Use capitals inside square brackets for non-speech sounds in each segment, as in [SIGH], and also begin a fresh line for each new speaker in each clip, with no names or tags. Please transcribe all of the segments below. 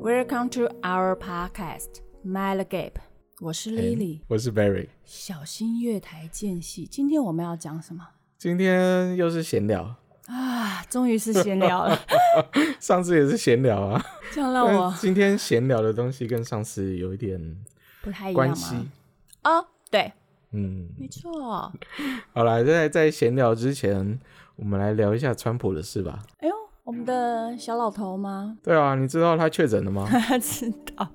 Welcome to our podcast, Mile Gap。我是
哎
Lily，、
我是 Barry。
小心月台间隙。今天我们要讲什么
今天又是闲聊，
啊？终于是闲聊
[LAUGHS]
了，
上次也是闲聊啊，
这样让
但
我
是今天闲聊的东西跟上次有一点
不太一样
关系
吗？。哦，对，
嗯，
没错。
好啦，在在闲聊之前，我们来聊一下川普的事吧。
哎呦，我们的小老头吗？ [LAUGHS]
对啊，你知道他确诊了吗？
他知道，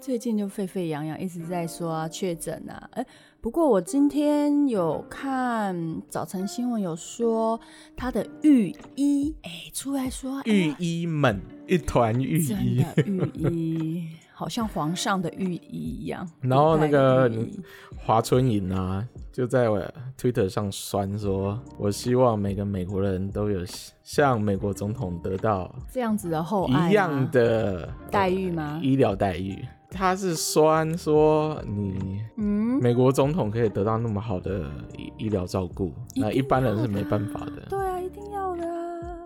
最近就沸沸扬扬，一直在说啊确诊啊。哎，不过我今天有看早晨新闻，有说他的御医哎出来说哎
御医们一团御
真
医，
的御医，好像皇上的御医一样。
然后那个
古代的御医
华春莹啊，就在我 Twitter 上酸说，我希望每个美国人都有像美国总统得到
这样子的厚爱吗
一样的
待遇吗
医疗待遇。他是酸说你
嗯，
美国总统可以得到那么好的医医疗照顾，
定
那一般人是没
要的啊
办法的。
对啊，一定要的啊。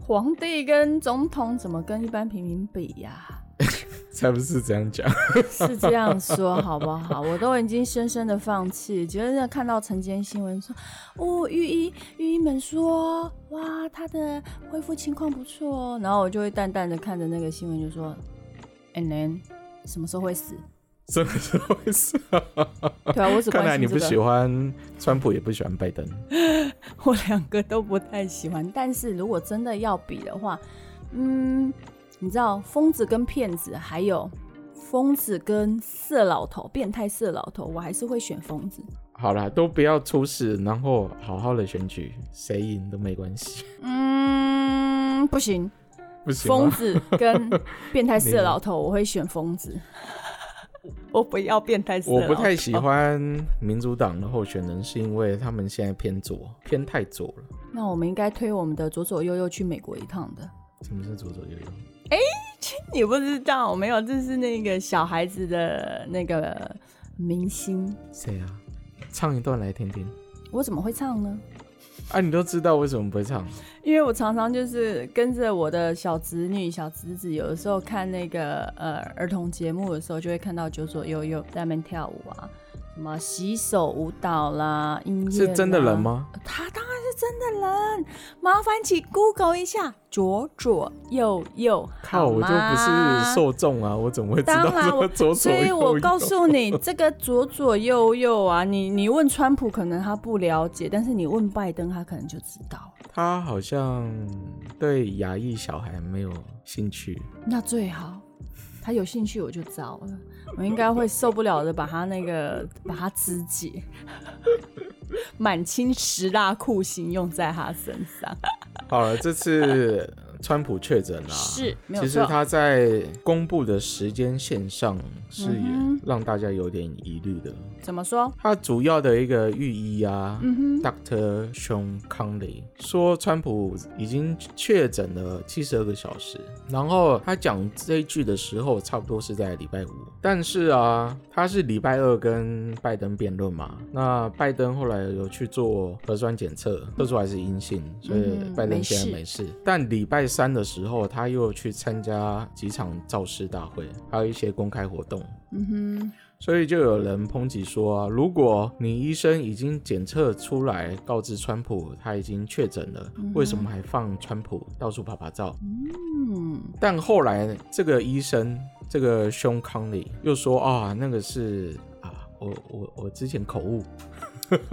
皇帝跟总统怎么跟一般平民比呀、
才不是这样讲。 [LAUGHS]
是这样说好不好？ [LAUGHS] 我都已经深深的放弃，觉得看到晨间新闻说，哦，御医御医们说，哇，他的恢复情况不错哦，然后我就会淡淡的看着那个新闻，就说，and then 什么时候会
[LAUGHS]
死？
真的是会死、
对啊，我只关心、这个、
看来你不喜欢川普，也不喜欢拜登。
[LAUGHS] 我两个都不太喜欢，但是如果真的要比的话，嗯，你知道疯子跟骗子，还有疯子跟色老头、变态色老头，我还是会选疯子。
好啦，都不要出事，然后好好的选举，谁赢都没关系。 [LAUGHS]
嗯，不行，
不行
疯
吗？
子跟变态色老
[LAUGHS]
头，我会选疯子。 [LAUGHS] 我不要变态色老
我
头，
不太喜。欢民主党的候选人，是因为他们现在偏左，偏太左了。
那我们应该推我们的左左右右去美国一趟的。
什么是左左右右？
你不知道，没有，这是那个小孩子的那个明星，
谁啊？唱一段来听听。
我怎么会唱呢？
啊，你都知道为什么不会唱？
因为我常常就是跟着我的小侄女、小侄子，有的时候看那个呃儿童节目的时候，就会看到九左右右在那边跳舞啊，什么洗手舞蹈啦，音乐
是
啦
真的人？吗？
呃他当然是真的人，麻烦请 Google 一下左左右右，
靠，
好
我就不
吗
是受众啊，我怎么会知道
当然我
说左左
所
右
以
右？
我告诉
[LAUGHS]
你，这个左左右右啊，你你问川普可能他不了解，但是你问拜登他可能就知道。
他好像对亚裔小孩没有兴趣。
那最好，他有兴趣我就糟了，我应
嗯
该会受不了的，把他那个把他肢解， [LAUGHS] 满清十大酷刑用在他身上。
好了，这
[LAUGHS]
次川普确诊啦，
是没有
其实
错
他在公布的时间线上是
嗯
让大家有点疑虑的。
怎么说？
他主要的一个御医啊、d r Sean Conley 说，川普已经确诊了七十二个小时。然后他讲这一句的时候，差不多是在礼拜五。但是啊，他是礼拜二跟拜登辩论嘛，那拜登后来有去做核酸检测，测出来是阴性，所以
嗯
拜登
没
现在
事
没事。但礼拜三的时候，他又去参加几场造势大会，还有一些公开活动。
嗯
所以就有人抨击说啊，如果你医生已经检测出来，告知川普他已经确诊了，为什么还放川普到处拍拍照？
哼，嗯，
但后来这个医生，这个胸康里又说啊，那个是啊，我我我之前口误，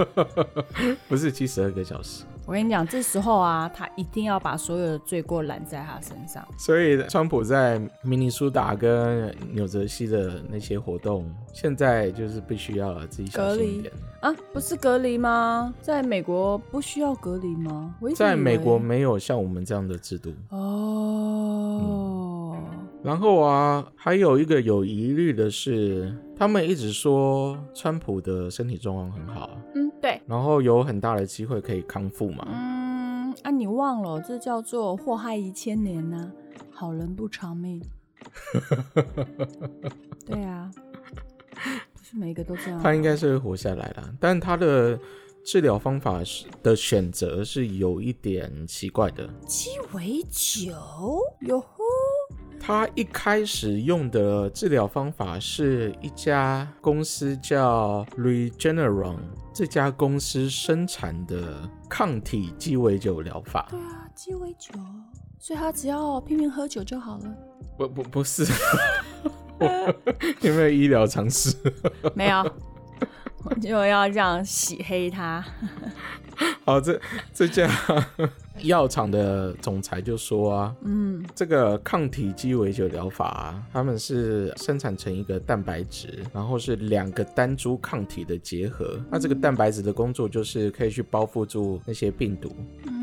[LAUGHS] 不是七十二个小时。
我跟你讲，这时候啊，他一定要把所有的罪过揽在他身上。
所以，川普在明尼苏达跟纽泽西的那些活动，现在就是必须要自己小心一点。
啊，不是隔离吗？在美国不需要隔离吗？我一直
在美国
以为
没有像我们这样的制度。
哦，
然后啊，还有一个有疑虑的是，他们一直说川普的身体状况很好，
嗯，对，
然后有很大的机会可以康复嘛。
嗯，啊，你忘了，这叫做祸害一千年呐、好人不长命。对啊，不是每一个都这样。
他应该是会活下来啦，但他的治疗方法是的选择是有一点奇怪的。
鸡尾酒，哟呼，
他一开始用的治疗方法是一家公司叫 Regeneron，这家公司生产的抗体鸡尾酒疗法。
对啊，鸡尾酒，所以他只要拼命喝酒就好了。
不不不是， [LAUGHS] 我有没有医疗常识？ [LAUGHS]
没有， [LAUGHS] 我就要让洗黑他。
好，这这家药厂的总裁就说啊，
嗯，
这个抗体鸡尾酒疗法、啊，他们是生产成一个蛋白质，然后是两个单株抗体的结合。那这个蛋白质的工作就是可以去包覆住那些病毒，
嗯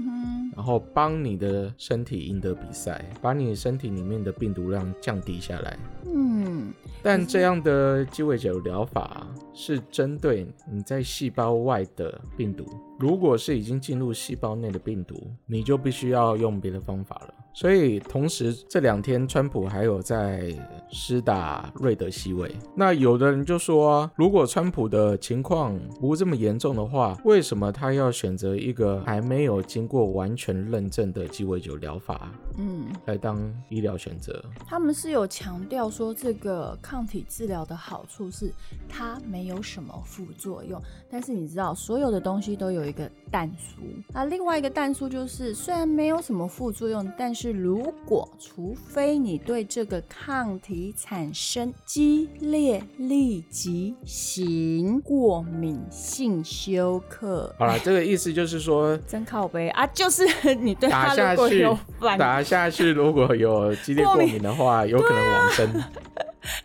然后帮你的身体赢得比赛，把你身体里面的病毒量降低下来。
哼，嗯，
但这样的鸡尾酒疗法是针对你在细胞外的病毒，如果是已经进入细胞内的病毒，你就必须要用别的方法了。所以，同时这两天，川普还有在施打瑞德西韦。那有的人就说、啊，如果川普的情况不这么严重的话，为什么他要选择一个还没有经过完全认证的鸡尾酒疗法
嗯，
来当医疗选择？
他们是有强调说，这个抗体治疗的好处是它没有什么副作用。但是你知道，所有的东西都有一个淡书，那另外一个淡书就是，虽然没有什么副作用，但是如果除非你对这个抗体产生激烈立即型过敏性休克。
好啦，这个意思就是说，
[LAUGHS] 真靠背啊！就是你 [LAUGHS] 对
打
他
下
如果
去
有反
打下去，如果有激烈过敏的话，有可能往生。
啊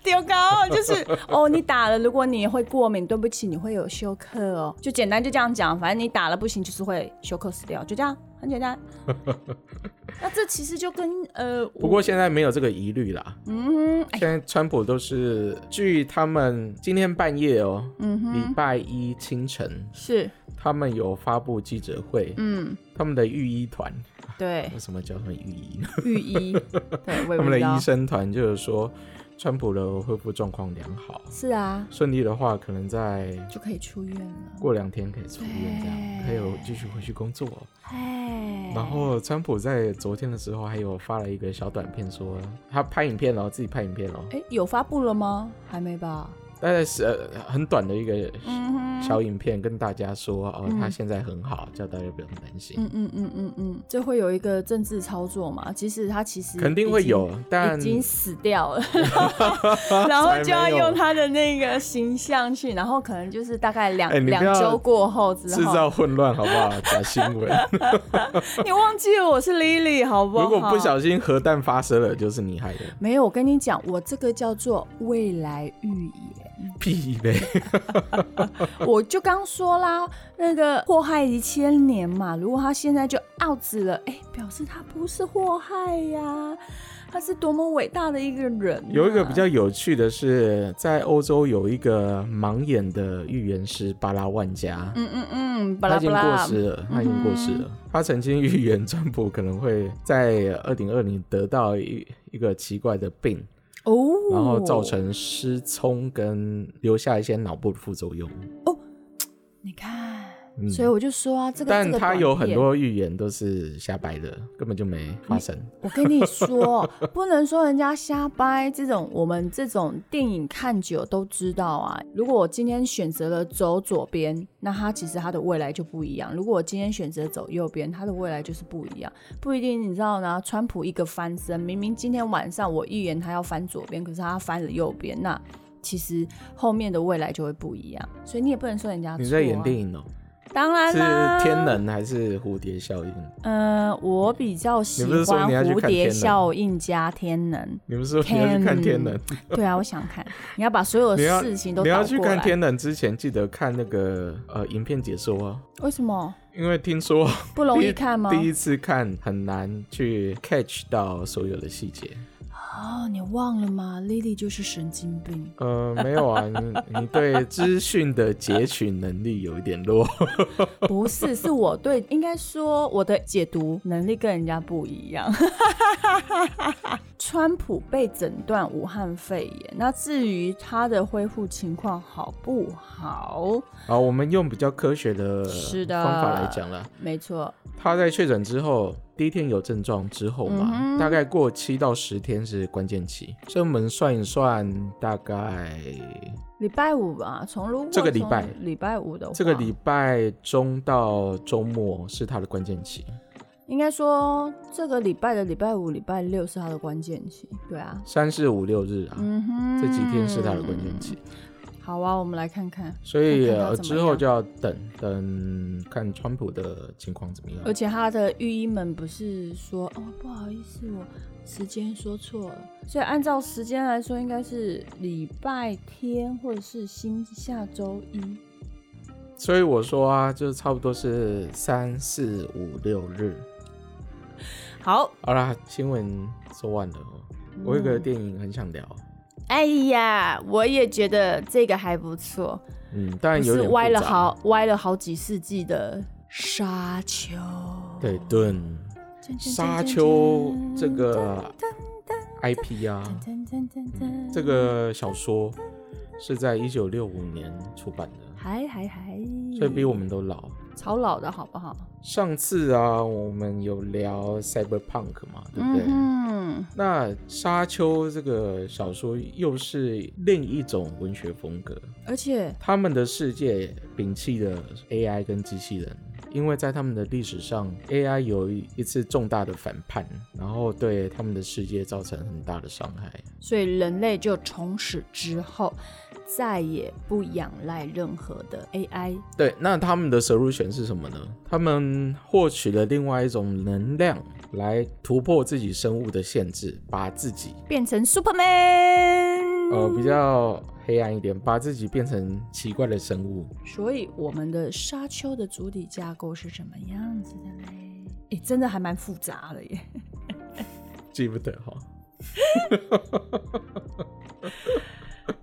丢高，就是哦，你打了，如果你会过敏，对不起，你会有休克哦。就简单就这样讲，反正你打了不行，就是会休克死掉，就这样，很简单。那这其实就跟呃，
不过现在没有这个疑虑啦，
嗯，哎，
现在川普都是据他们今天半夜哦，
嗯哼，
礼拜一清晨，
是，
他们有发布记者会，
嗯，
他们的御医团，
对，
为什么叫他们御
[LAUGHS]
医？
御医，对，我也不
他们的
知道
医。生团就是说，川普的恢复状况良好，
是啊，
顺利的话，可能在
就可以出院了。
过两天可以出院，这样
对
可以继续回去工作。哦
哎，
然后川普在昨天的时候还有发了一个小短片说，他拍影片哦，自己拍影片哦，
哎，有发布了吗？还没吧？
大概是、呃、很短的一个
嗯哼，
小影片，跟大家说哦，他现在很好，叫大家不用担心。
嗯嗯嗯嗯嗯，这会有一个政治操作嘛？其实他其实
肯定会
已经
有，但
已经死掉了，然后就要用他的那个形象去，然后可能就是大概两
哎你不
两
要
周过后之
制
后，
造混乱好不好？假新闻，
你忘记 [LAUGHS] 了我是 Lily 好不好？
如果不小心核弹发射了，就是你害
[LAUGHS]
的，
没有，我跟你讲，我这个叫做未来预言。
屁呗！
我就刚说啦，那个祸害一千年嘛，如果他现在就 out 了，哎，表示他不是祸害呀、他是多么伟大的一个人啊、
有一个比较有趣的是，在欧洲有一个盲眼的预言师巴拉万加，
嗯嗯嗯，巴
他
拉
已
巴
经
拉嗯
过世了，他已经过世了。他曾经预言川普可能会在二零二零得到一一个奇怪的病，
哦，
然后造成失聪跟留下一些脑部的副作用。
你看，
嗯
所以我就说啊，这个
但
这个
他
短
有很
片
多预言都是瞎掰的，根本就没发生。
我跟
[LAUGHS]
你说，不能说人家瞎掰。这种我们这种电影看久都知道啊。如果我今天选择了走左边，那他其实他的未来就不一样；如果我今天选择走右边，他的未来就是不一样。不一定，你知道呢？川普一个翻身，明明今天晚上我预言他要翻左边，可是他翻了右边，那其实后面的未来就会不一样。所以你也不能说人家、
你在演电？影哦、
啊当然
是
啦，
天能还是蝴蝶效应？
呃，我比较喜
你不是
欢
说你要去看
蝴蝶
天能
效应加天能。
你们说你要去看天能？
对啊，我想看。你要把所有
你
的
要
事情都
你要
倒
去
过
看
来。
天能之前，记得看那个呃影片解说啊，
为什么
因为听说。
不容易看吗？
第一次看很难去 catch 到所有的细节。
哦，你忘了吗？Lily 就是神经病。 [LAUGHS]
呃，没有啊，你你对资讯的截取能力有一点弱。
不是，是我对，应该说我的解读能力跟人家不一样。 [LAUGHS] 川普被诊断武汉肺炎，那至于他的恢复情况好不好，
[LAUGHS] 好，我们用比较科学的
是的
方法来讲啦。
没错，
他在确诊之后，第一天有症状之后
嗯
嘛，
哼
大概过七到十天是关键期，所以我们算一算，大概
礼拜五吧，从如果
这个礼
从
拜
礼拜五的话，
这个礼拜中到周末是它的关键期，
应该说这个礼拜的礼拜五、礼拜六是他的关键期，对啊，
三四五六日啊，
嗯哼，
这几天是它的关键期。。
好啊，我们来看看，
所以
看看他
呃
怎么
之后
样
就要等等看川普的情况怎么样
而。且他的御医们不是说哦不好意思，我时间说错了，所以按照时间来说，应该是礼拜天或者是星下周一。
所以我说啊，就是差不多是三四五六日。
好，
好啦，新闻说完了哦。我有个电影很想聊，
哎呀，我也觉得这个还不错，
嗯，当然
不
有
是
点
歪
复
了
杂
好歪了好几世纪的沙丘。
对盾
噔噔噔噔噔
沙丘这个 IP 啊，
噔噔噔噔
这个小说是在一九六五年出版的，
还还还，
所以比我们都老。
超老的好不好？
上次啊，我们有聊 cyberpunk 嘛，对不对？
嗯
那《沙丘》这个小说又是另一种文学风格，
哼，而且
他们的世界摒弃了 AI 跟机器人，因为在他们的历史上，AI 有一次重大的反叛，然后对他们的世界造成很大的伤害。
所以人类就从此之后再也不仰赖任何的 AI。
对，那他们的 solution 是什么呢？他们获取了另外一种能量来突破自己生物的限制，把自己
变成 Superman，、
呃比较黑暗一点，把自己变成奇怪的生物。
所以我们的沙丘的主体架构是什么样子的嘞？诶，真的还蛮复杂的耶。
记不得哈。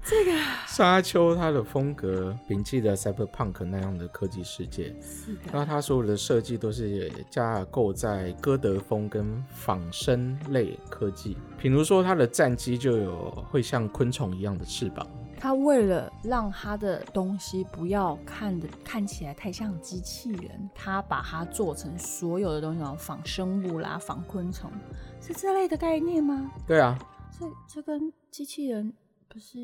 这个沙丘它的风格摒弃了 cyberpunk 那样的科技世界，
是的，
那它所有的设计都是架构在哥德风跟仿生类科技。比如说它的战机就有会像昆虫一样的翅膀，
他为了让他的东西不要看的看起来太像机器人，他把它做成所有的东西，然后仿生物啦、仿昆虫，是这类的概念吗？
对啊，
这这跟机器人不是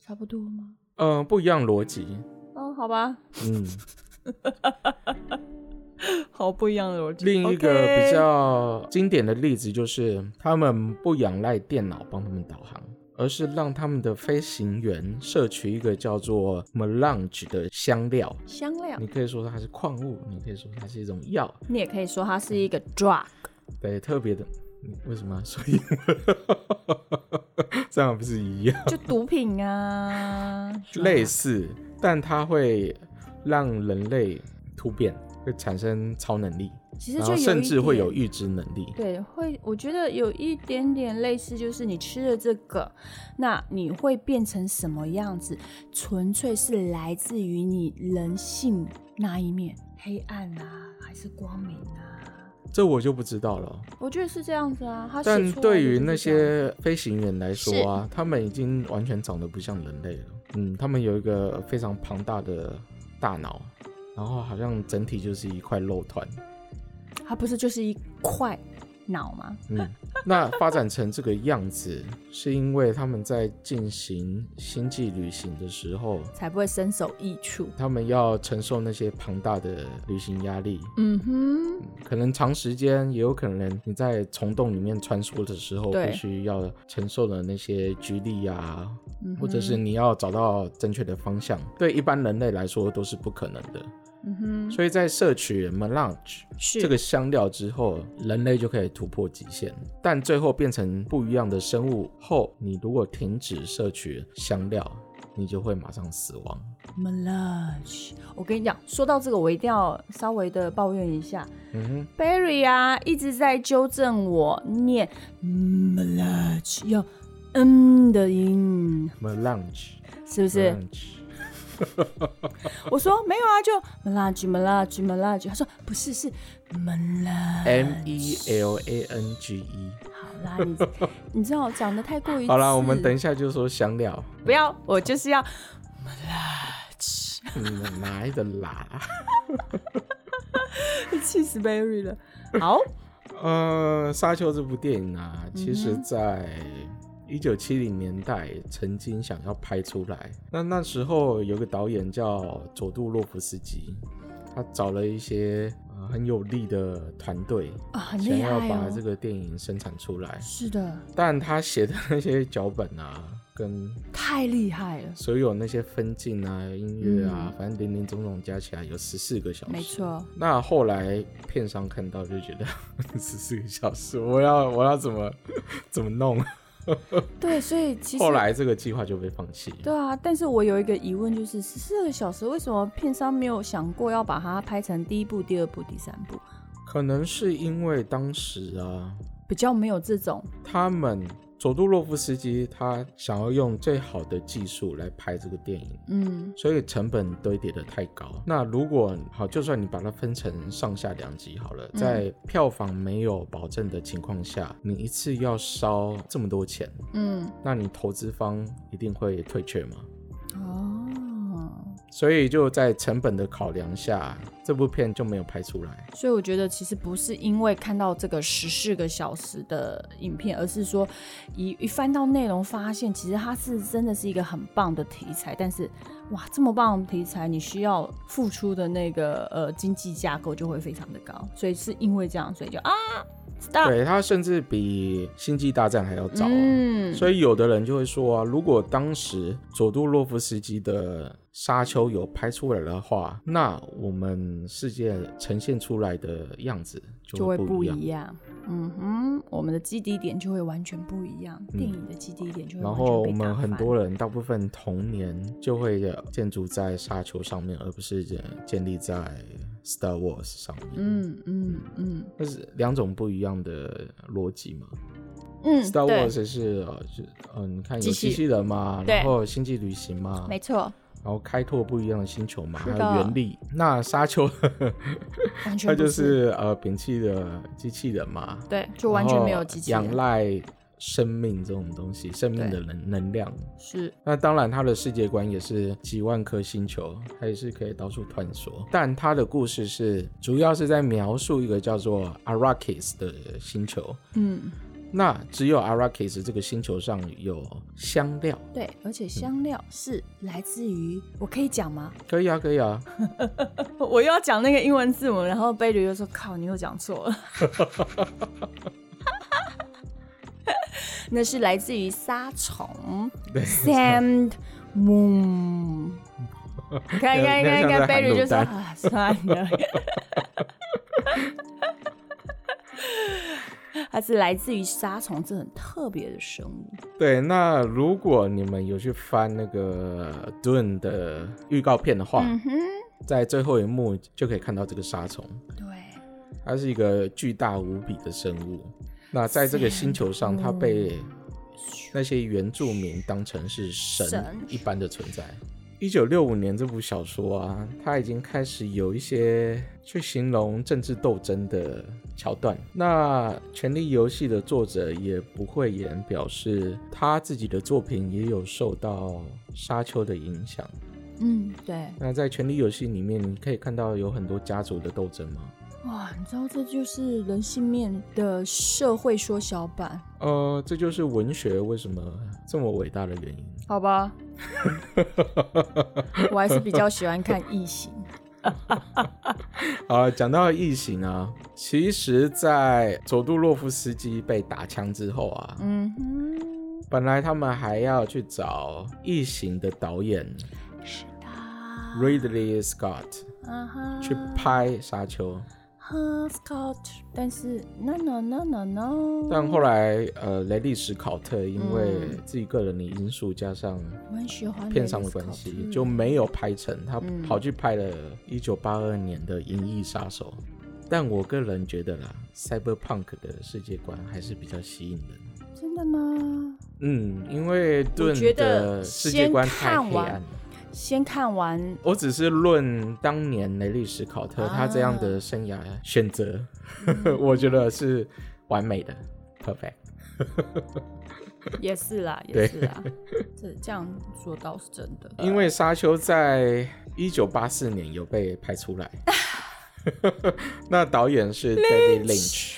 差不多吗？
嗯、不一样逻辑，
哦，好吧，
嗯，
[LAUGHS] 好不一样的逻辑
另一个比较经典的例子就是，他们不仰赖电脑帮他们导航，而是让他们的飞行员摄取一个叫做 melange 的香料。
香料
你，可以说它是矿物，你可以说它是一种药，
你也可以说它是一个 drug。
对，特别的。嗯为什么要说英文？ [LAUGHS] 这样不是一样？
就毒品啊，
[LAUGHS] 类似，但它会让人类突变，会产生超能力，
其实
然
就有
后
一
甚至会
点
有预知能力。
对，会我觉得有一点点类似，就是你吃了这个，那你会变成什么样子，纯粹是来自于你人性那一面，黑暗啊，还是光明啊？
这我就不知道了。
我觉得是这样子啊。他写
但
出来
对
的
于
就是
那
这样
些飞行员来说啊，他们已经完全长得不像人类了。嗯，他们有一个非常庞大的大脑，然后好像整体就是一块肉团。
它不是就是一块脑吗？ [LAUGHS]
嗯，那发展成这个样子，是因为他们在进行星际旅行的时候，
才不会身首异处。
他们要承受那些庞大的旅行压力，
嗯哼，
可能长时间，也有可能你在虫洞里面穿梭的时候，
对
必须要承受的那些拘力啊，
嗯
或者是你要找到正确的方向，对一般人类来说都是不可能的。
嗯哼，
所以在摄取 melange
是
这个香料之后，人类就可以突破极限，但最后变成不一样的生物后，你如果停止摄取香料，你就会马上死亡。
m e l a g e 我跟你讲，说到这个，我一定要稍微的抱怨一下。
嗯哼，
Barry 啊，一直在纠正我念 m e l a g e 要嗯的音，
melange
是不是？
melange
我说没有啊，就 m e l a g e m e l a g e m e l a g e 他说不是，是 m e l a g e
m e l a n g e。
好啦，你你知道讲的太过于
好啦，我们
刺
等一下就说香料，
不要，我就是要 [LAUGHS]
你们嗯哪来的啦？
气死 Barry 了。好，
呃，《沙丘》这部电影啊，其实
嗯哼
在一九七零年代曾经想要拍出来，那那时候有个导演叫佐杜洛夫斯基，他找了一些、呃很有力的团队，
啊，很
想
厉
要
害
把
哦。
这个电影生产出来，
是的，
但他写的那些脚本啊，跟
太厉害了，
所有那些分镜啊、音乐啊，反正零零总总加起来有十四个小
嗯
时。
没。错。
那后来片商看到就觉得 [LAUGHS] 十四个小时，我要我要怎么怎么弄？
对，所以其实
后来这个计划就被放弃。
对啊，但是我有一个疑问，就是十四个小时为什么片商没有想过要把它拍成第一部、第二部、第三部？
可能是因为当时啊，
比较没有这种
他们佐杜洛夫斯基他想要用最好的技术来拍这个电影，
嗯
所以成本堆叠的太高。那如果好，就算你把它分成上下两集好了，
嗯
在票房没有保证的情况下，你一次要烧这么多钱，
嗯
那你投资方一定会退却嘛？
哦，
所以就在成本的考量下，这部片就没有拍出来。
所以我觉得其实不是因为看到这个十四个小时的影片，而是说一一翻到内容，发现其实它是真的是一个很棒的题材，但是哇，这么棒的题材，你需要付出的那个呃经济架构就会非常的高，所以是因为这样，所以就啊，stop，
对，它甚至比《星际大战》还要早、啊。
嗯，
所以有的人就会说啊，如果当时佐杜洛夫斯基的《沙丘》有拍出来的话，那我们世界呈现出来的样子就
就会
会
不
不一样。
一样。嗯哼，我们的基底点就会完全不一样，电影的基底点就会
嗯然
完
后
全
我
被打
们
翻。
很多人，大部分童年就会建筑在沙丘上面，而不是建立在 Star Wars 上面。，
嗯嗯嗯
那是两种不一样的逻辑嘛。
嗯，
Star
对，
Wars 是呃，是嗯、呃，你看有
机器
机器人嘛，
对
然后星际旅行嘛，
没错，
然后开拓不一样的星球嘛，还
是的
有原力。那沙丘， [LAUGHS]
完全
它
不
就是呃摒弃的机器人嘛，
对，就完全没有机器
然后仰
人，
赖生命这种东西，生命的能能量。
是
那当然，它的世界观也是几万颗星球，它也是可以到处探索。但它的故事是主要是在描述一个叫做 Arrakis 的星球，
嗯，
那只有 Arrakis 这个星球上有香料。
对，而且香料是来自于，我可以讲吗？
可以啊，可以啊，
我又要讲那个英文字母，然后贝吕又说：“靠，你又讲错了。” [LAUGHS] 那是来自于沙虫 （sand moon）。你看，你看，你看，你
有点像
看，贝吕就说：“
在喊卤蛋
啊，算了。”它是来自于沙虫，这很特别的生物。
[LAUGHS] 对，那如果你们有去翻那个 Dune 的预告片的话，
哼，
在最后一幕就可以看到这个沙虫，
对。
它是一个巨大无比的生物。那在这个星球上，它被那些原住民当成是神
神
一般的存在。一九六五年这部小说啊，它已经开始有一些去形容政治斗争的桥段。那《权力游戏》的作者也不讳言表示，他自己的作品也有受到《沙丘》的影响。
嗯，对。
那在《权力游戏》里面，你可以看到有很多家族的斗争吗？
哇，你知道这就是人性面的社会缩小版，
呃，这就是文学为什么这么伟大的原因。
好吧？我还是比较喜欢看异形。
啊，讲到异形啊，其实，在佐杜洛夫斯基被打枪之后啊，
嗯哼，
本来他们还要去找异形的导演
是的。
Ridley Scott
啊哈，
去拍《沙丘》，
哈 Scott，但是 no no no no no，
但后来呃，雷利史考特因为自己个人的因素，加上
我很喜欢
片商的关系，就没有拍成。他
嗯
跑去拍了1982年的《银翼杀手》，但我个人觉得啦，Cyberpunk 的世界观还是比较吸引人。
真的吗？
嗯，因为
我
盾
觉得
的世界
先
观太
看
黑暗
完
了。，
先看完
我只是论当年雷利史考特他这样
啊
的生涯选择， [LAUGHS] 我觉得是完美的，perfect。
也是
[LAUGHS]
啦，也
对
是啦，这这样说倒是真的。
因为《沙丘》在一九八四年
啊
[LAUGHS] 有被拍出来，那导演是 David Lynch。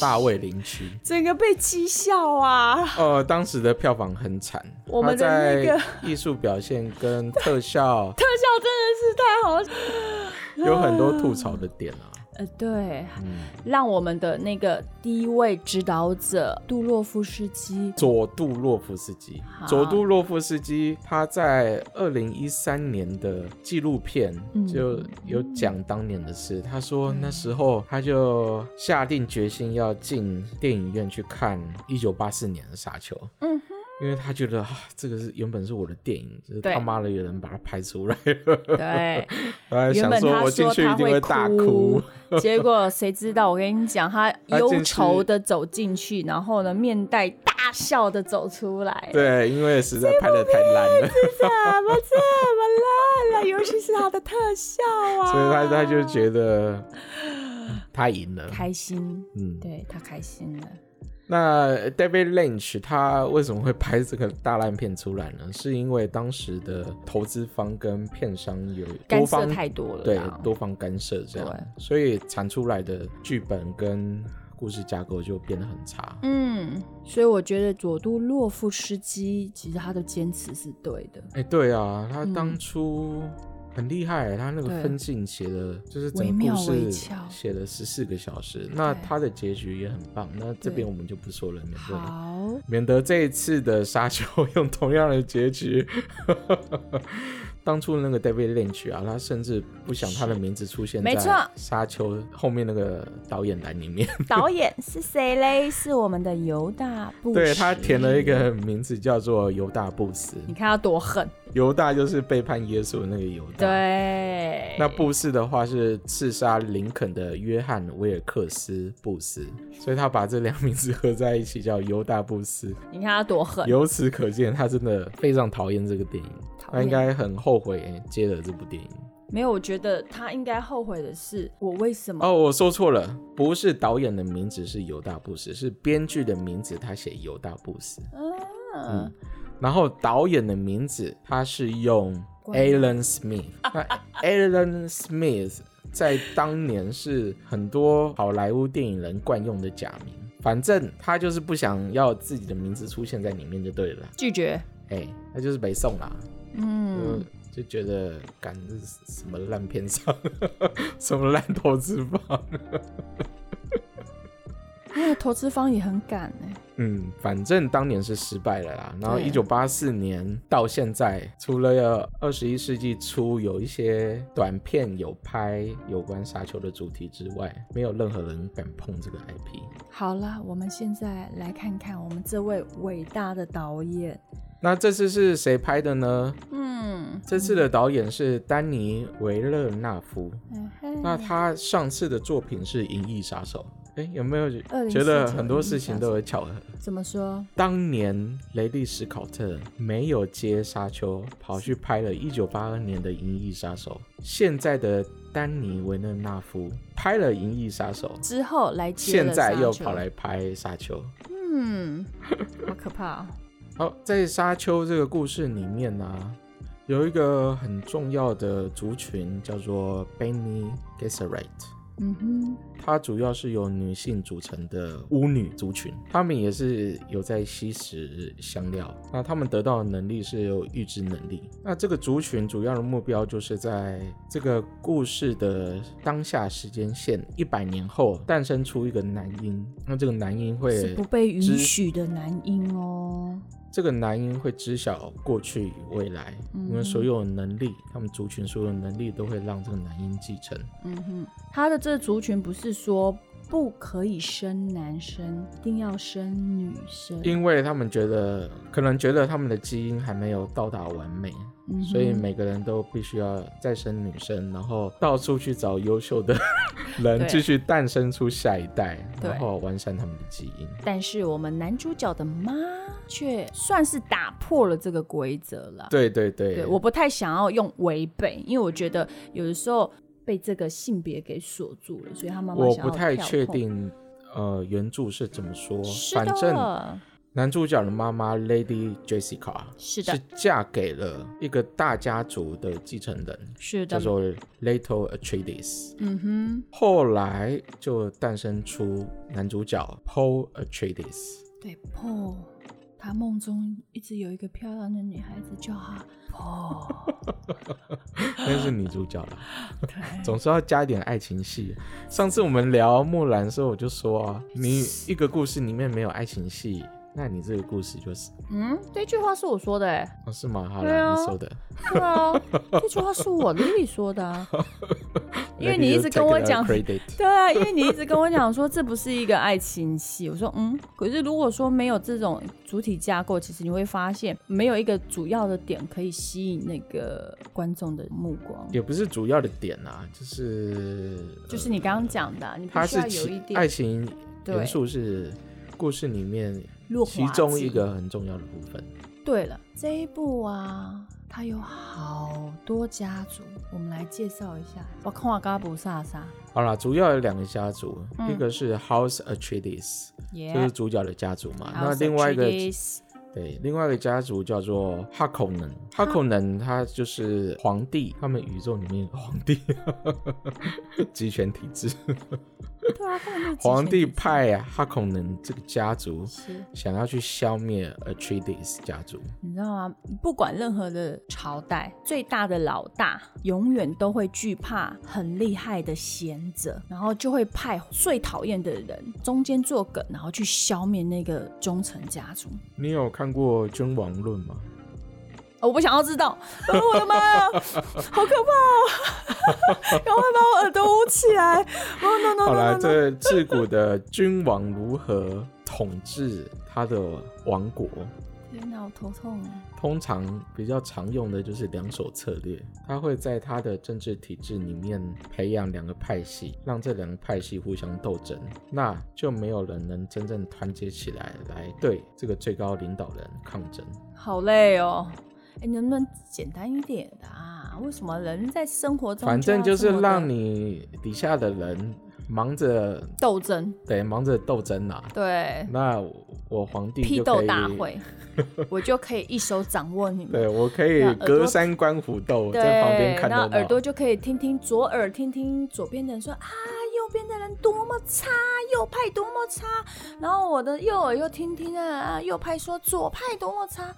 大卫林区。
整个被讥笑啊！
呃，当时的票房很惨，
我们的
它在
那个
艺术表现跟特效
特效真的是太好，
有很多吐槽的点啊。
呃，对，
嗯，
让我们的那个第一位指导者杜洛夫斯
[LAUGHS]
基，
佐杜洛夫斯基
好，
佐杜洛夫斯基他在二零一三年的纪录片
嗯
就有讲当年的事。他说那时候他就下定决心要进电影院去看一九八四年的《沙丘》。
嗯
因为他觉得啊，这个是原本是我的电影，就是
对
他妈的有人把它拍出来了，
对，
然后
原
[LAUGHS] 想
本
说
他
我进去一
他
定
会
大
哭
哭，，
结果谁知道？我跟你讲，他
[LAUGHS] 他进去
忧愁的走进去，然后呢，面带大笑的走出来。，
[LAUGHS] 对，因为实在拍的太烂
[LAUGHS]
了，
怎么这么烂了？啊 [LAUGHS] 尤其是他的特效啊，
所以他他就觉得嗯他赢了，
开心，
嗯，
对他开心了。
那 David Lynch 他为什么会拍这个大烂片出来呢？是因为当时的投资方跟片商有
干
多
涉
方
太多了
对
啦，哦
多方干涉这样，
对
所以产出来的剧本跟故事架构就变得很差。
嗯，所以我觉得佐杜洛夫斯基其实他的坚持是对的，
哎、对啊，他
嗯
当初很厉害、他那个
对
分镜写的，就是整
惟
个
妙
故
惟
事
肖
写了十四个小时，那
对
他的结局也很棒。那这
对
边我们就不说了，免得
好，
免得这一次的沙丘用同样的结局。 [LAUGHS] 当初那个 David Lynch 啊，他甚至不想他的名字出现
没
在
错
《沙丘》后面那个导演栏里面。
导演是谁嘞？是我们的犹大布什。
[LAUGHS] 对他填了一个名字叫做犹大布斯，
你看他多狠，
犹大就是背叛耶稣的那个犹大。
对，
啊那布斯的话是刺杀林肯的约翰威尔克斯布斯，所以他把这两名字合在一起叫犹大布斯。
你看他多狠，
由此可见，他真的非常讨厌这个电影，
讨厌
他应该很后悔接了这部电影。
没有，我觉得他应该后悔的是，我为什么？
哦，我说错了，不是导演的名字是犹大布斯，是编剧的名字他写犹大布斯，
嗯，
然后导演的名字他是用
关
Alan Smith。那
[LAUGHS]
Alan Smith 在当年是很多好莱坞电影人惯用的假名，反正他就是不想要自己的名字出现在里面就对了。
拒绝。
哎、他就是北宋啦，
嗯，
就就觉得干这是什么烂片商， [LAUGHS] 什么烂投资方。
那个投资方也很敢哎、
嗯，反正当年是失败了啦。然后
对
一九八四年到现在，除了二十一世纪初有一些短片有拍有关沙丘的主题之外，没有任何人敢碰这个 IP。
好啦，我们现在来看看我们这位伟大的导演。
那这次是谁拍的呢？
嗯，
这次的导演是丹尼维勒纳夫。
嗯嘿
那他上次的作品是《银翼杀手》。哎，有没有
2049
觉得很多事情都有巧合？
怎么说？
当年雷利·史考特没有接《沙丘》，跑去拍了1982年的《银翼杀手》。现在的丹尼·维勒纳夫拍了《银翼杀手》，
之后来接了
现在又
沙丘
跑，来拍《沙丘》。
嗯，好可怕、
[LAUGHS]
哦。
好，在《沙丘》这个故事里面呢、有一个很重要的族群叫做 Bene Gesserit。
嗯哼，
它主要是由女性组成的巫女族群，她们也是有在吸食香料。那她们得到的能力是有预知能力。那这个族群主要的目标就是在这个故事的当下时间线一百年后诞生出一个男婴。那这个男婴
是
会
不，被允
知
许的男婴哦。
这个男婴会知晓过去与未来，因为所有能力，他们族群所有能力都会让这个男婴继承。
嗯哼，他的这个族群不是说不可以生男生，一定要生女生，
因为他们觉得，可能觉得他们的基因还没有到达完美，
嗯哼
所以每个人都必须要再生女生，然后到处去找优
[LAUGHS]
秀的人
对
继续诞生出下一代，
对
然后完善他们的基因。
但是我们男主角的妈却算是打破了这个规则了。
对对对，
对，我不太想要用违背，因为我觉得有的时候被这个性别给锁住了，所以他妈妈
我
想要
不太
跳
确
痛。
定，呃，原著是怎么说，
是
反正
的，
男主角的妈妈 Lady Jessica
是的
是，嫁给了一个大家族的继承人，
是
叫
的，
做 Leto Atreides。
嗯哼，
后来就诞生出男主角 Paul Atreides。
对，Paul，他梦中一直有一个漂亮的女孩子叫他 Paul，
那是女主角了，
对
总是要加一点爱情戏。上次我们聊木兰的时候，我就说啊，你一个故事里面没有爱情戏，那你这个故事就是
嗯，这句话是我说的哎、
哦是吗？好
对
了，
啊
你说的，
对啊，这句话是我 Lily 说的
[LAUGHS]
啊。因为你一直跟我讲
Let me take the
[LAUGHS]
credit
对啊，因为你一直跟我讲说这不是一个爱情戏，我说嗯，可是如果说没有这种主体架构，其实你会发现没有一个主要的点可以吸引那个观众的目光，
也不是主要的点啊，就是呃
就是你刚刚讲的啊、你必
它
须
是
要有
其
一
爱
点
情
对
元素是故事里面
润滑
其中一
剂
个很重要的部分。
对了，这一部啊，它有好多家族，我们来介绍一下。我看瓦嘎布萨萨，
好啦，主要有两个家族，
嗯
一个是 House Atreides，
耶、
就是主角的家族嘛。那另外一个
Atreides，
对，另外一个家族叫做哈口能，哈口能他就是皇帝，他们宇宙里面皇 [LAUGHS] 帝集权体制，
对啊，他们就是
皇
集
帝
权体制
派啊哈口能这个家族
是
想要去消灭 Atreides 家族。
你知道吗？不管任何的朝代，最大的老大永远都会惧怕很厉害的贤者，然后就会派最讨厌的人中间作梗，然后去消灭那个忠诚家族。
你有看过《君王论》吗？
哦我不想要知道，哦、我的妈呀，好可怕哦！ [LAUGHS] 赶快把我耳朵捂起来。哦 no no
好
no no,
啦，
no！
这自古的君王如何统治他的王国？
天哪，我头痛啊了。
通常比较常用的就是两手策略，他会在他的政治体制里面培养两个派系，让这两个派系互相斗争，那就没有人能真正团结起来来对这个最高领导人抗争。
好累哦。哎、你能不能简单一点的啊？为什么人在生活中
反正
就
就是让
你
你底下的人忙着
斗争？
对忙着斗争啦、
对，
那我皇帝
批
就
斗
可以
大
[LAUGHS]
会，我就可以一手掌握你们。
对我可以
那耳朵
隔山观虎斗，
对，
在旁边看
那
热
耳
闹。
朵就可以听听左耳听听左边的人说啊，右边的人多么差，右派多么差，然后我的右耳又听听啊，右派说左派多么差。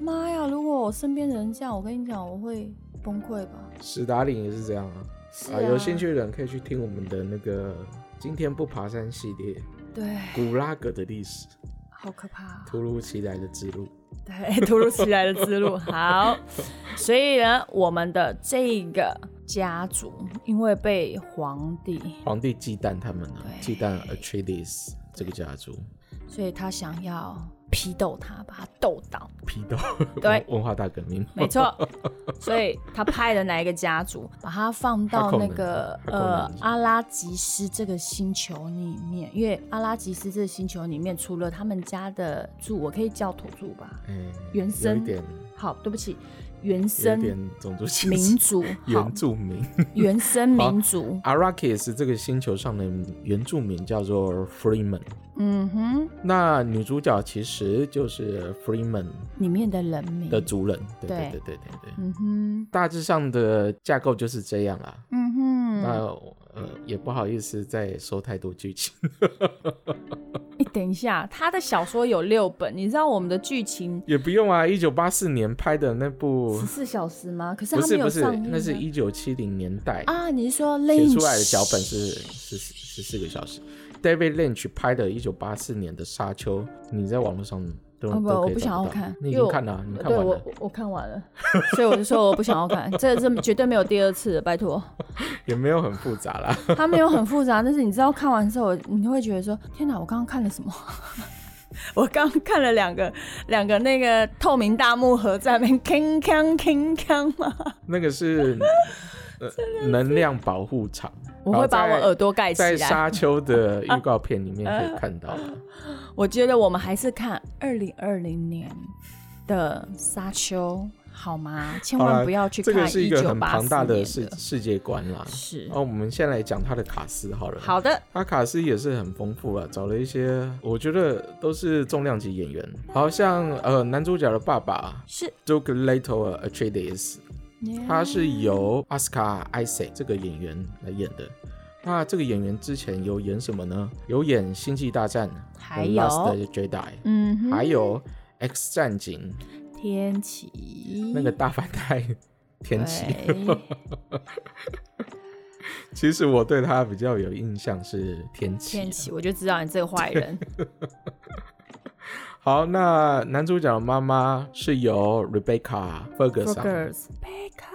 妈呀！如果我身边的人这样，我跟你讲，我会崩溃吧。
史达林也是这样啊。
是
啊、有兴趣的人可以去听我们的那个“今天不爬山”系列，
对，
古拉格的历史，
好可怕啊、
突如其来的之路。
对，突如其来的之路。好，所以呢，我们的这个家族因为被皇帝
皇帝忌惮他们啊，
对
忌惮 Atreides 这个家族，
所以他想要批斗他，把他斗倒。
批斗 [LAUGHS]
对
文化大革命。 [LAUGHS]
没错，所以他派了哪一个家族，把他放到
啊
那个
哈寇人
呃
哈寇人
阿拉吉斯这个星球里面，因为阿拉吉斯这个星球里面，除了他们家的柱，我可以叫土著吧？
嗯，
原生
有一点，
好，对不起，原
有一
生
点种族歧
民
视。
族，好
原，住民
原生民
[LAUGHS]
族，
Arrakis 这个星球上的原住民叫做 Freeman，
嗯哼，
那女主角其实就是 Freeman
里面的人民
的，族人。对
对
对对对对对。
嗯哼，
大致上的架构就是这样啊啦。
嗯
那
哼，
呃也不好意思再说太多剧情， [LAUGHS]
哎，等一下，他的小说有六本，你知道我们的剧情
也不用啊。一九八四年拍的那部
十四小时吗？可是
不
他
是
没有
不是
上映啊，
那是一九七零年代
啊，你是说
写
Lynch
出来的脚本是是十四个小时。David Lynch 拍的一九八四年的《沙丘》，你在网络上都、
哦不
都
我
可以
不
找
想要
得到
看
你已
因为
经
我
看了啊，你看
呃对
完
我
了，
我我看完了，所以我就说我不想要看，这这绝对没有第二次了，拜托。
也没有很复
[LAUGHS]
杂啦。
它没有很复杂，但是你知道看完之后，我你会觉得说，天哪，我刚刚看了什么？ [LAUGHS] 我刚刚看了两个两个那个透明大幕盒在那边铿锵铿锵嘛，
那个是、呃能量保护场，
我会把我
然后
耳朵盖起
在在《
来。
沙丘》的
[LAUGHS] 啊
预告片里面可以看到啊。
我觉得我们还是看二零二零年的《沙丘》好吗？千
好啦
万不要去
这
看
个是一
一
个
九
很
八
庞
四
大
年
的世世界观啦。
是
那、我们先来讲他的卡斯好了。
好的，
他卡斯也是很丰富啊，找了一些我觉得都是重量级演员，好像呃男主角的爸爸
是
Duke Leto Atreides，他是由奥斯卡·艾塞这个演员来演的。那这个演员之前有演什么呢？有演《星际大战》
还
The
有
Last Jedi》，
嗯哼，
还有《X 战警》
天启
那个大反派 [LAUGHS] 天启。
嗯对
[LAUGHS] 其实我对他比较有印象是天启。
天
[LAUGHS]
启，我就知道你这个坏人。
好，那男主角的妈妈是由 Rebecca Ferguson。
Burgers Becca，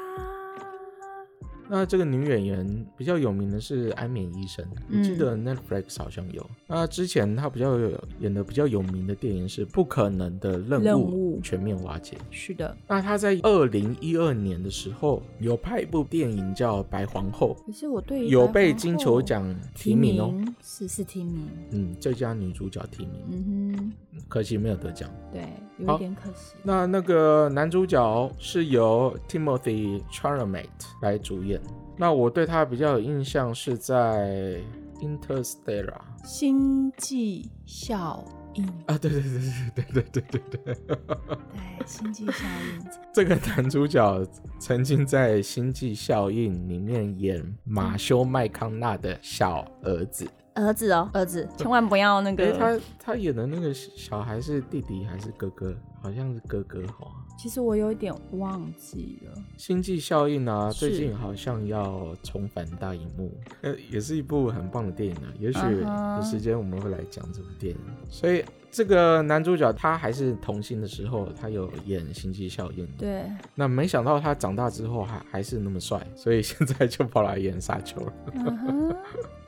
那这个女演员比较有名的是《安眠医生》，我记得 Netflix 好像有。那之前她比较有演的比较有名的电影是《不可能的任务》
任务
全面瓦解。
是的，
那她在二零一二年的时候有拍一部电影叫《白皇后
可是我对》，于
有
白
被
皇
金
后
球奖提名哦，
是是提名，
嗯，最佳女主角提名，
嗯
可惜没有得奖。
哼，对，
好
有一点可惜。
那那个男主角是由 Timothy Chalamet 来主演。那我对他比较有印象是在《Interstellar》
星际效应，
[LAUGHS] 啊，对对对对对对对对对，
对，星际效应，
[LAUGHS] 这个男主角曾经在《星际效应》里面演马修麦康纳的小儿子。
儿子哦，儿子，千万不要那
诶，
个。
他他演的那个小孩是弟弟还是哥哥？好像是哥哥哈。
其实我有一点忘记了，
星际效应啊，最
是
近好像要重返大荧幕，呃，也是一部很棒的电影啊。也许
嗯哼
有时间我们会来讲这部电影。所以这个男主角他还是童星的时候，他有演星际效应。
对，
[LAUGHS] 那没想到他长大之后还还是那么帅，所以现在就跑来演沙丘了，
嗯哼，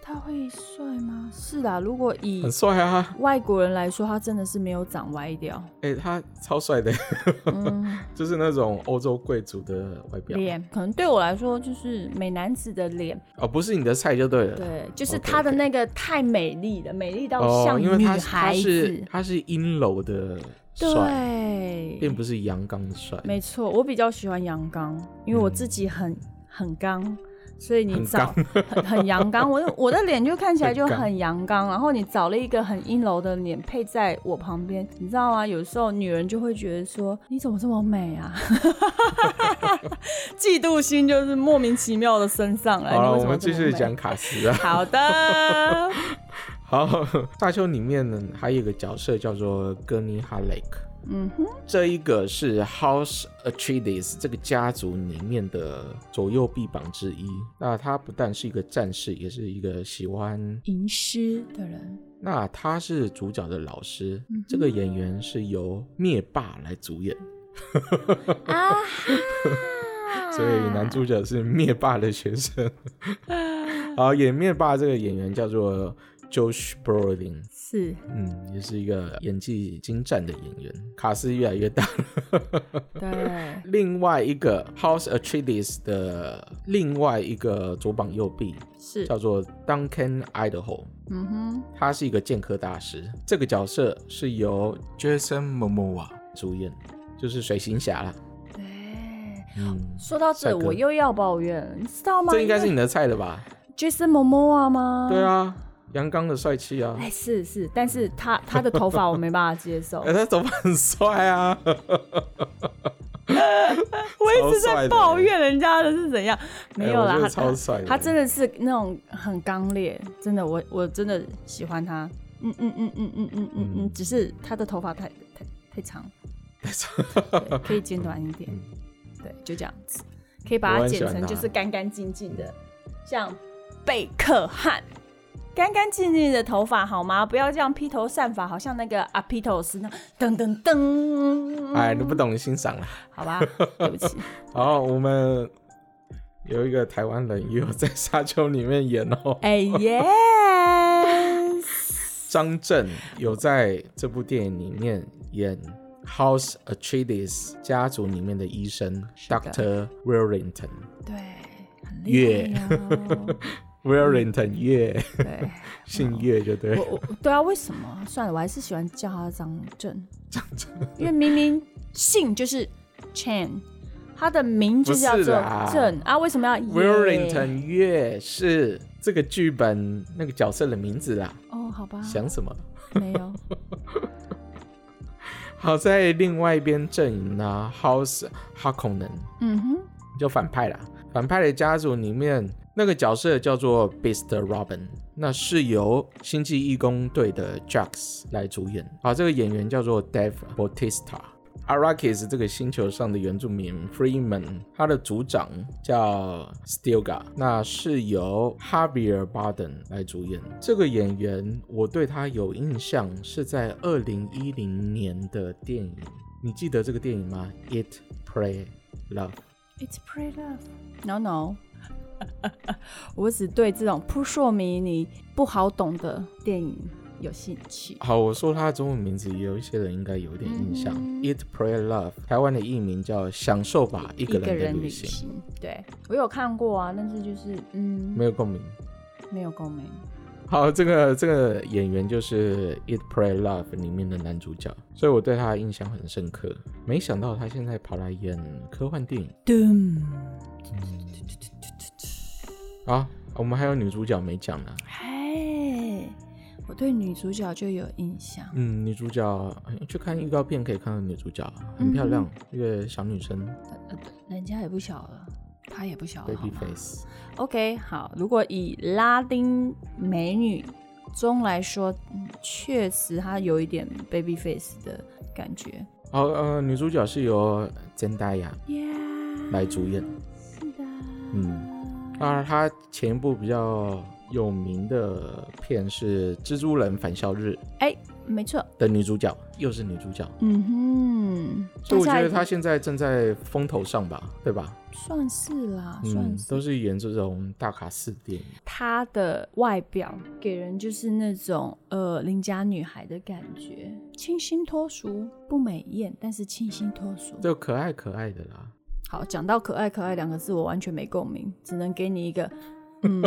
他会帅吗？是啦，如果以
很帅啊！
外国人来说，他真的是没有长歪掉，
哎、他超帅的， [LAUGHS]
嗯，
就是那种欧洲贵族的外表
脸可能对我来说就是美男子的脸，
哦，不是你的菜就对了。
对，就是他
OK，OK
的那个太美丽了，美丽到
哦，
像
因为
女
他是他
孩
是
子，
他是阴柔的帅。并
对，
不是阳刚的帅，
没错，我比较喜欢阳刚，因为
嗯
我自己很很刚。所以你找很很阳刚，我
[LAUGHS]
的我的脸就看起来就
很
很阳刚，然后你找了一个很阴柔的脸配在我旁边，你知道吗？有时候女人就会觉得说你怎么这么美啊， [LAUGHS] 嫉妒心就是莫名其妙的升上来。
好了，
啊你为
我
什么
们
这
继
么
续
美
讲卡斯啊。
好
[LAUGHS]
的，
好，大修里面呢还有一个角色叫做戈尼哈雷克，
嗯哼，
这一个是 House Atreides 这个家族里面的左右臂膀之一。那他不但是一个战士，也是一个喜欢。
吟诗的人，
那他是主角的老师，
嗯
这个演员是由灭霸来主演，
啊，
所以男主角是灭霸的
[LAUGHS]
学生。好，演灭霸这个演员叫做 Josh Brolin。
是，
嗯，也是一个演技精湛的演员，卡斯越来越大了。 [LAUGHS]
对，
另外一个 House Atreides 的另外一个左膀右臂
是，
叫做 Duncan Idaho，
嗯哼，
他是一个剑客大师。这个角色是由 Jason Momoa 主演，就是水行侠啦。
对。
嗯，
说到
帅
这，
哥
我又要抱怨，你知道吗？
这应该是你的菜了吧？
Jason Momoa 吗？
对。啊，阳刚的帅气啊。
哎，是是，但是他他的头发我没办法接受，
[LAUGHS] 哎、他头发很帅啊！
我一直
超帅
在
的
抱怨人家的是怎样，没有啦
哎我觉，得
他
超帅的
他真的是那种很刚烈，真的，我我真的喜欢他，嗯嗯嗯嗯嗯嗯嗯
嗯
嗯，只是他的头发太太太长，对可以剪短一点，对，就这样子，可以把
嗯我
它
很喜
剪
欢
成
他
就是干干净净的，像贝克汉。干干净净的头发好吗？不要这样披头散发，好像那个阿披头斯那噔噔噔。
[LAUGHS] 哎，你不懂欣赏啦。
好吧，对不
[LAUGHS]
起。
好，我们有一个台湾人也有在《沙丘》里面演哦，
哎 yes，
张震有在这部电影里面演 House Atreides 家族里面的医生 Doctor Wellington。
对，很
月
厉害
[LAUGHS]
哦。
Wellington 月，
对，
姓岳就对了。
我我对啊，为什么？算了，我还是喜欢叫他张震，因为明明姓就是 Chan，他的名字叫
不是
做
啦
郑啊，为什么要耶
Willington 月是这个剧本那个角色的名字啦，
哦，好吧，
想什么？
没有，
好在另外一边阵营呢，House 哈孔人
嗯哼，
就反派啦。反派的家族里面，那个角色叫做 Beast Robin，那是由星际义工队的 Jax 来主演。啊，这个演员叫做 Dave Bautista。Arrakis 这个星球上的原住民 Freeman，他的族长叫 Stilga，那是由 Javier Bardem 来主演。这个演员我对他有印象，是在二零一零年的电影，你记得这个电影吗？It Pray Love。
It's pretty love. No no. [LAUGHS] 我只对这种扑朔迷离、不好懂的电影有兴趣。
好，我说它的中文名字，有一些人应该有点印象。Eat,
嗯
pray, love，台湾的译名叫“享受吧，一个
一个
人的
人
旅
旅
行
行，对我有看过啊，但是就是”，嗯，
没有共鸣。
没有共鸣。
好，这个这个演员就是《Eat, Pray, Love》里面的男主角，所以我对他的印象很深刻。没想到他现在跑来演科幻电影
噔，
啊！我们还有女主角没讲呢。
哎，我对女主角就有印象。
嗯，女主角去看预告片可以看到女主角很漂亮，
嗯
一个小女生
人家也不小了，她也不小了，好
，baby
吗
face。
OK，好，如果以拉丁美女中来说，嗯确实她有一点 baby face 的感觉。
好，呃，女主角是由珍达雅
Yeah，
来主演。
是的，
嗯当然，他前一部比较有名的片是《蜘蛛人返校日
哎、没错，》
的女主角，又是女主角，
嗯哼，
所以我
大
觉
家
得她现在正在风头上吧，对吧？
算是啦，
嗯
算，是。
都是演这种大卡司电影。
她的外表给人就是那种呃邻家女孩的感觉，清新脱俗，不美艳，但是清新脱俗。
就可爱可爱的啦。
好，讲到可爱可爱两个字，我完全没共鸣，只能给你一个嗯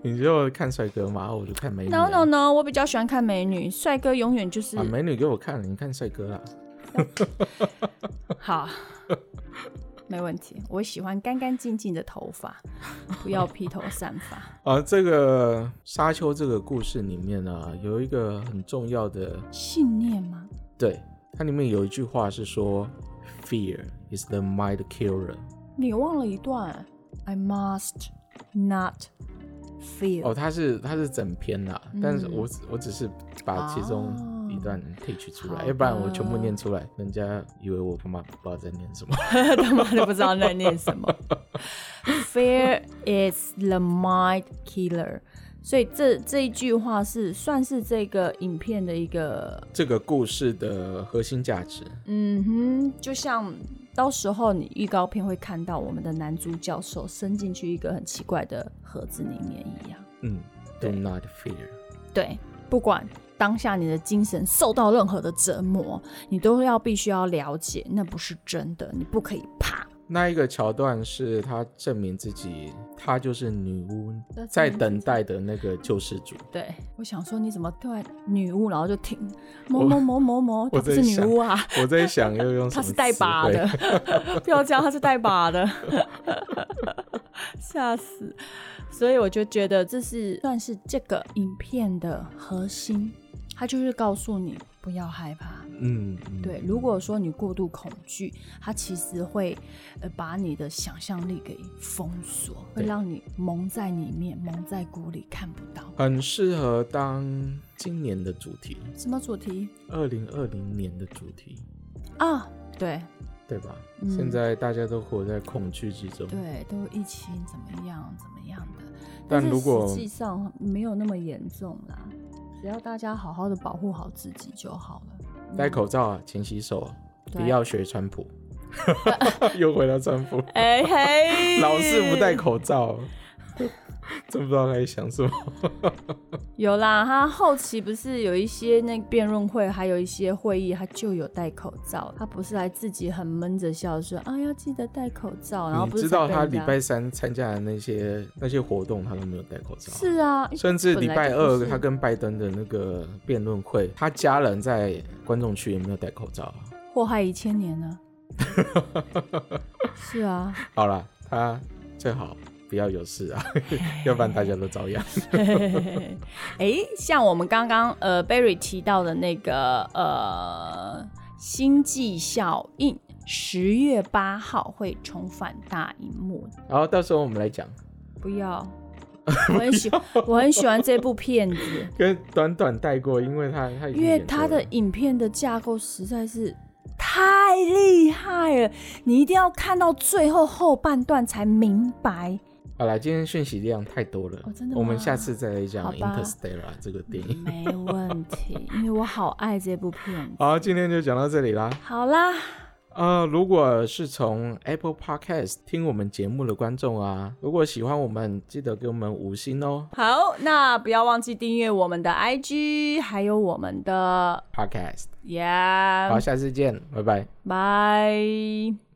你就看帅哥嘛，我就看美女啊。
No no no，我比较喜欢看美女，帅哥永远就是、
把美女给我看了，你看帅哥啦。
好， [LAUGHS] 没问题。我喜欢干干净净的头发，不要披头散发。
啊，这个沙丘这个故事里面呢、有一个很重要的，
信念吗？
对，它里面有一句话是说，Fear is the mind killer。
你忘了一段，I must not feel、
哦，它是它是整篇啦，但是
嗯
我只我只是把其中一段 take 出来，
哦好
要不然我
的
全部念出来，人家以为我他妈不知道在念什么。 [LAUGHS]
[LAUGHS] 他妈的不知道在念什么。Fear is the mind killer。所以这这一句话是算是这个影片的一个
这个故事的核心价值，
嗯哼，就像到时候你预告片会看到我们的男主教授伸进去一个很奇怪的盒子里面一样。
嗯，Do not fear。
对，不管当下你的精神受到任何的折磨，你都要必须要了解，那不是真的，你不可以怕。
那一个桥段是他证明自己，他就是女巫
那证
在
明
等待的那个救世主。
对，我想说你怎么突然女巫，然后就停，某某某某某，她
我
不
在
是女
想
巫啊，
我在想要
[LAUGHS]
用什
她
么
是带
词
把
汇
的， [LAUGHS] 不要这样，她是带把的， [LAUGHS] 吓死！所以我就觉得这是算是这个影片的核心，它就是告诉你不要害怕。
[LAUGHS] 嗯，嗯
对，如果说你过度恐惧，它其实会呃把你的想象力给封锁，会
对
让你蒙在里面，蒙在鼓里看不到。
很适合当今年的主题，
什么主题
二零二零年的主题。
啊？对，
对吧？
嗯
现在大家都活在恐惧之中。
对，都疫情怎么样怎么样的，
但
是
如果
实际上没有那么严重啦，只要大家好好的保护好自己就好了。
戴口罩啊，勤洗手啊，
对
不要学川
[LAUGHS]
普。 [LAUGHS] 又回到川普，
哎嘿
[LAUGHS] 老是不戴口罩，真不知道他在想什么。
有啦，他后期不是有一些那个辩论会，还有一些会议，他就有戴口罩，他不是还自己很闷着笑说啊要记得戴口罩， [LAUGHS] 然后
你
不是
知道
才被
他
人
礼
家
拜三参加的那些那些活动，他都没有戴口罩。
是啊，
甚至
本
礼
来
拜
就不
二
是
他跟拜登的那个辩论会，他家人 [LAUGHS] 在观众区也没有戴口罩啊。
祸害一千年呢，是啊，
好了，他最好不要有
[LAUGHS]
事啊，要不然大家都遭殃。
哎，像我们刚刚呃 Berry 提到的那个呃星际效应，十月八号会重返大荧幕。
然后到时候我们来讲，
不 [LAUGHS] 要，我很喜我很喜欢这部片子，
跟短短带过，因为他他已
[LAUGHS]
经
因为
演过
它的
了
影片的架构实在是太厉害了，你一定要看到最后后半段才明白。
好啦，今天讯息量太多了，
哦真的
我们
吗
下次再来讲
好
《
吧
Interstellar》这个电影。
没问题，因为我好爱这部片。
[LAUGHS] 好，今天就讲到这里啦。
好啦，
啊、如果是从 Apple Podcast 听我们节目的观众啊，如果喜欢我们，记得给我们五星哦。
好，那不要忘记订阅我们的 IG，还有我们的
Podcast，好，
Yeah，
下次见，拜拜。
拜。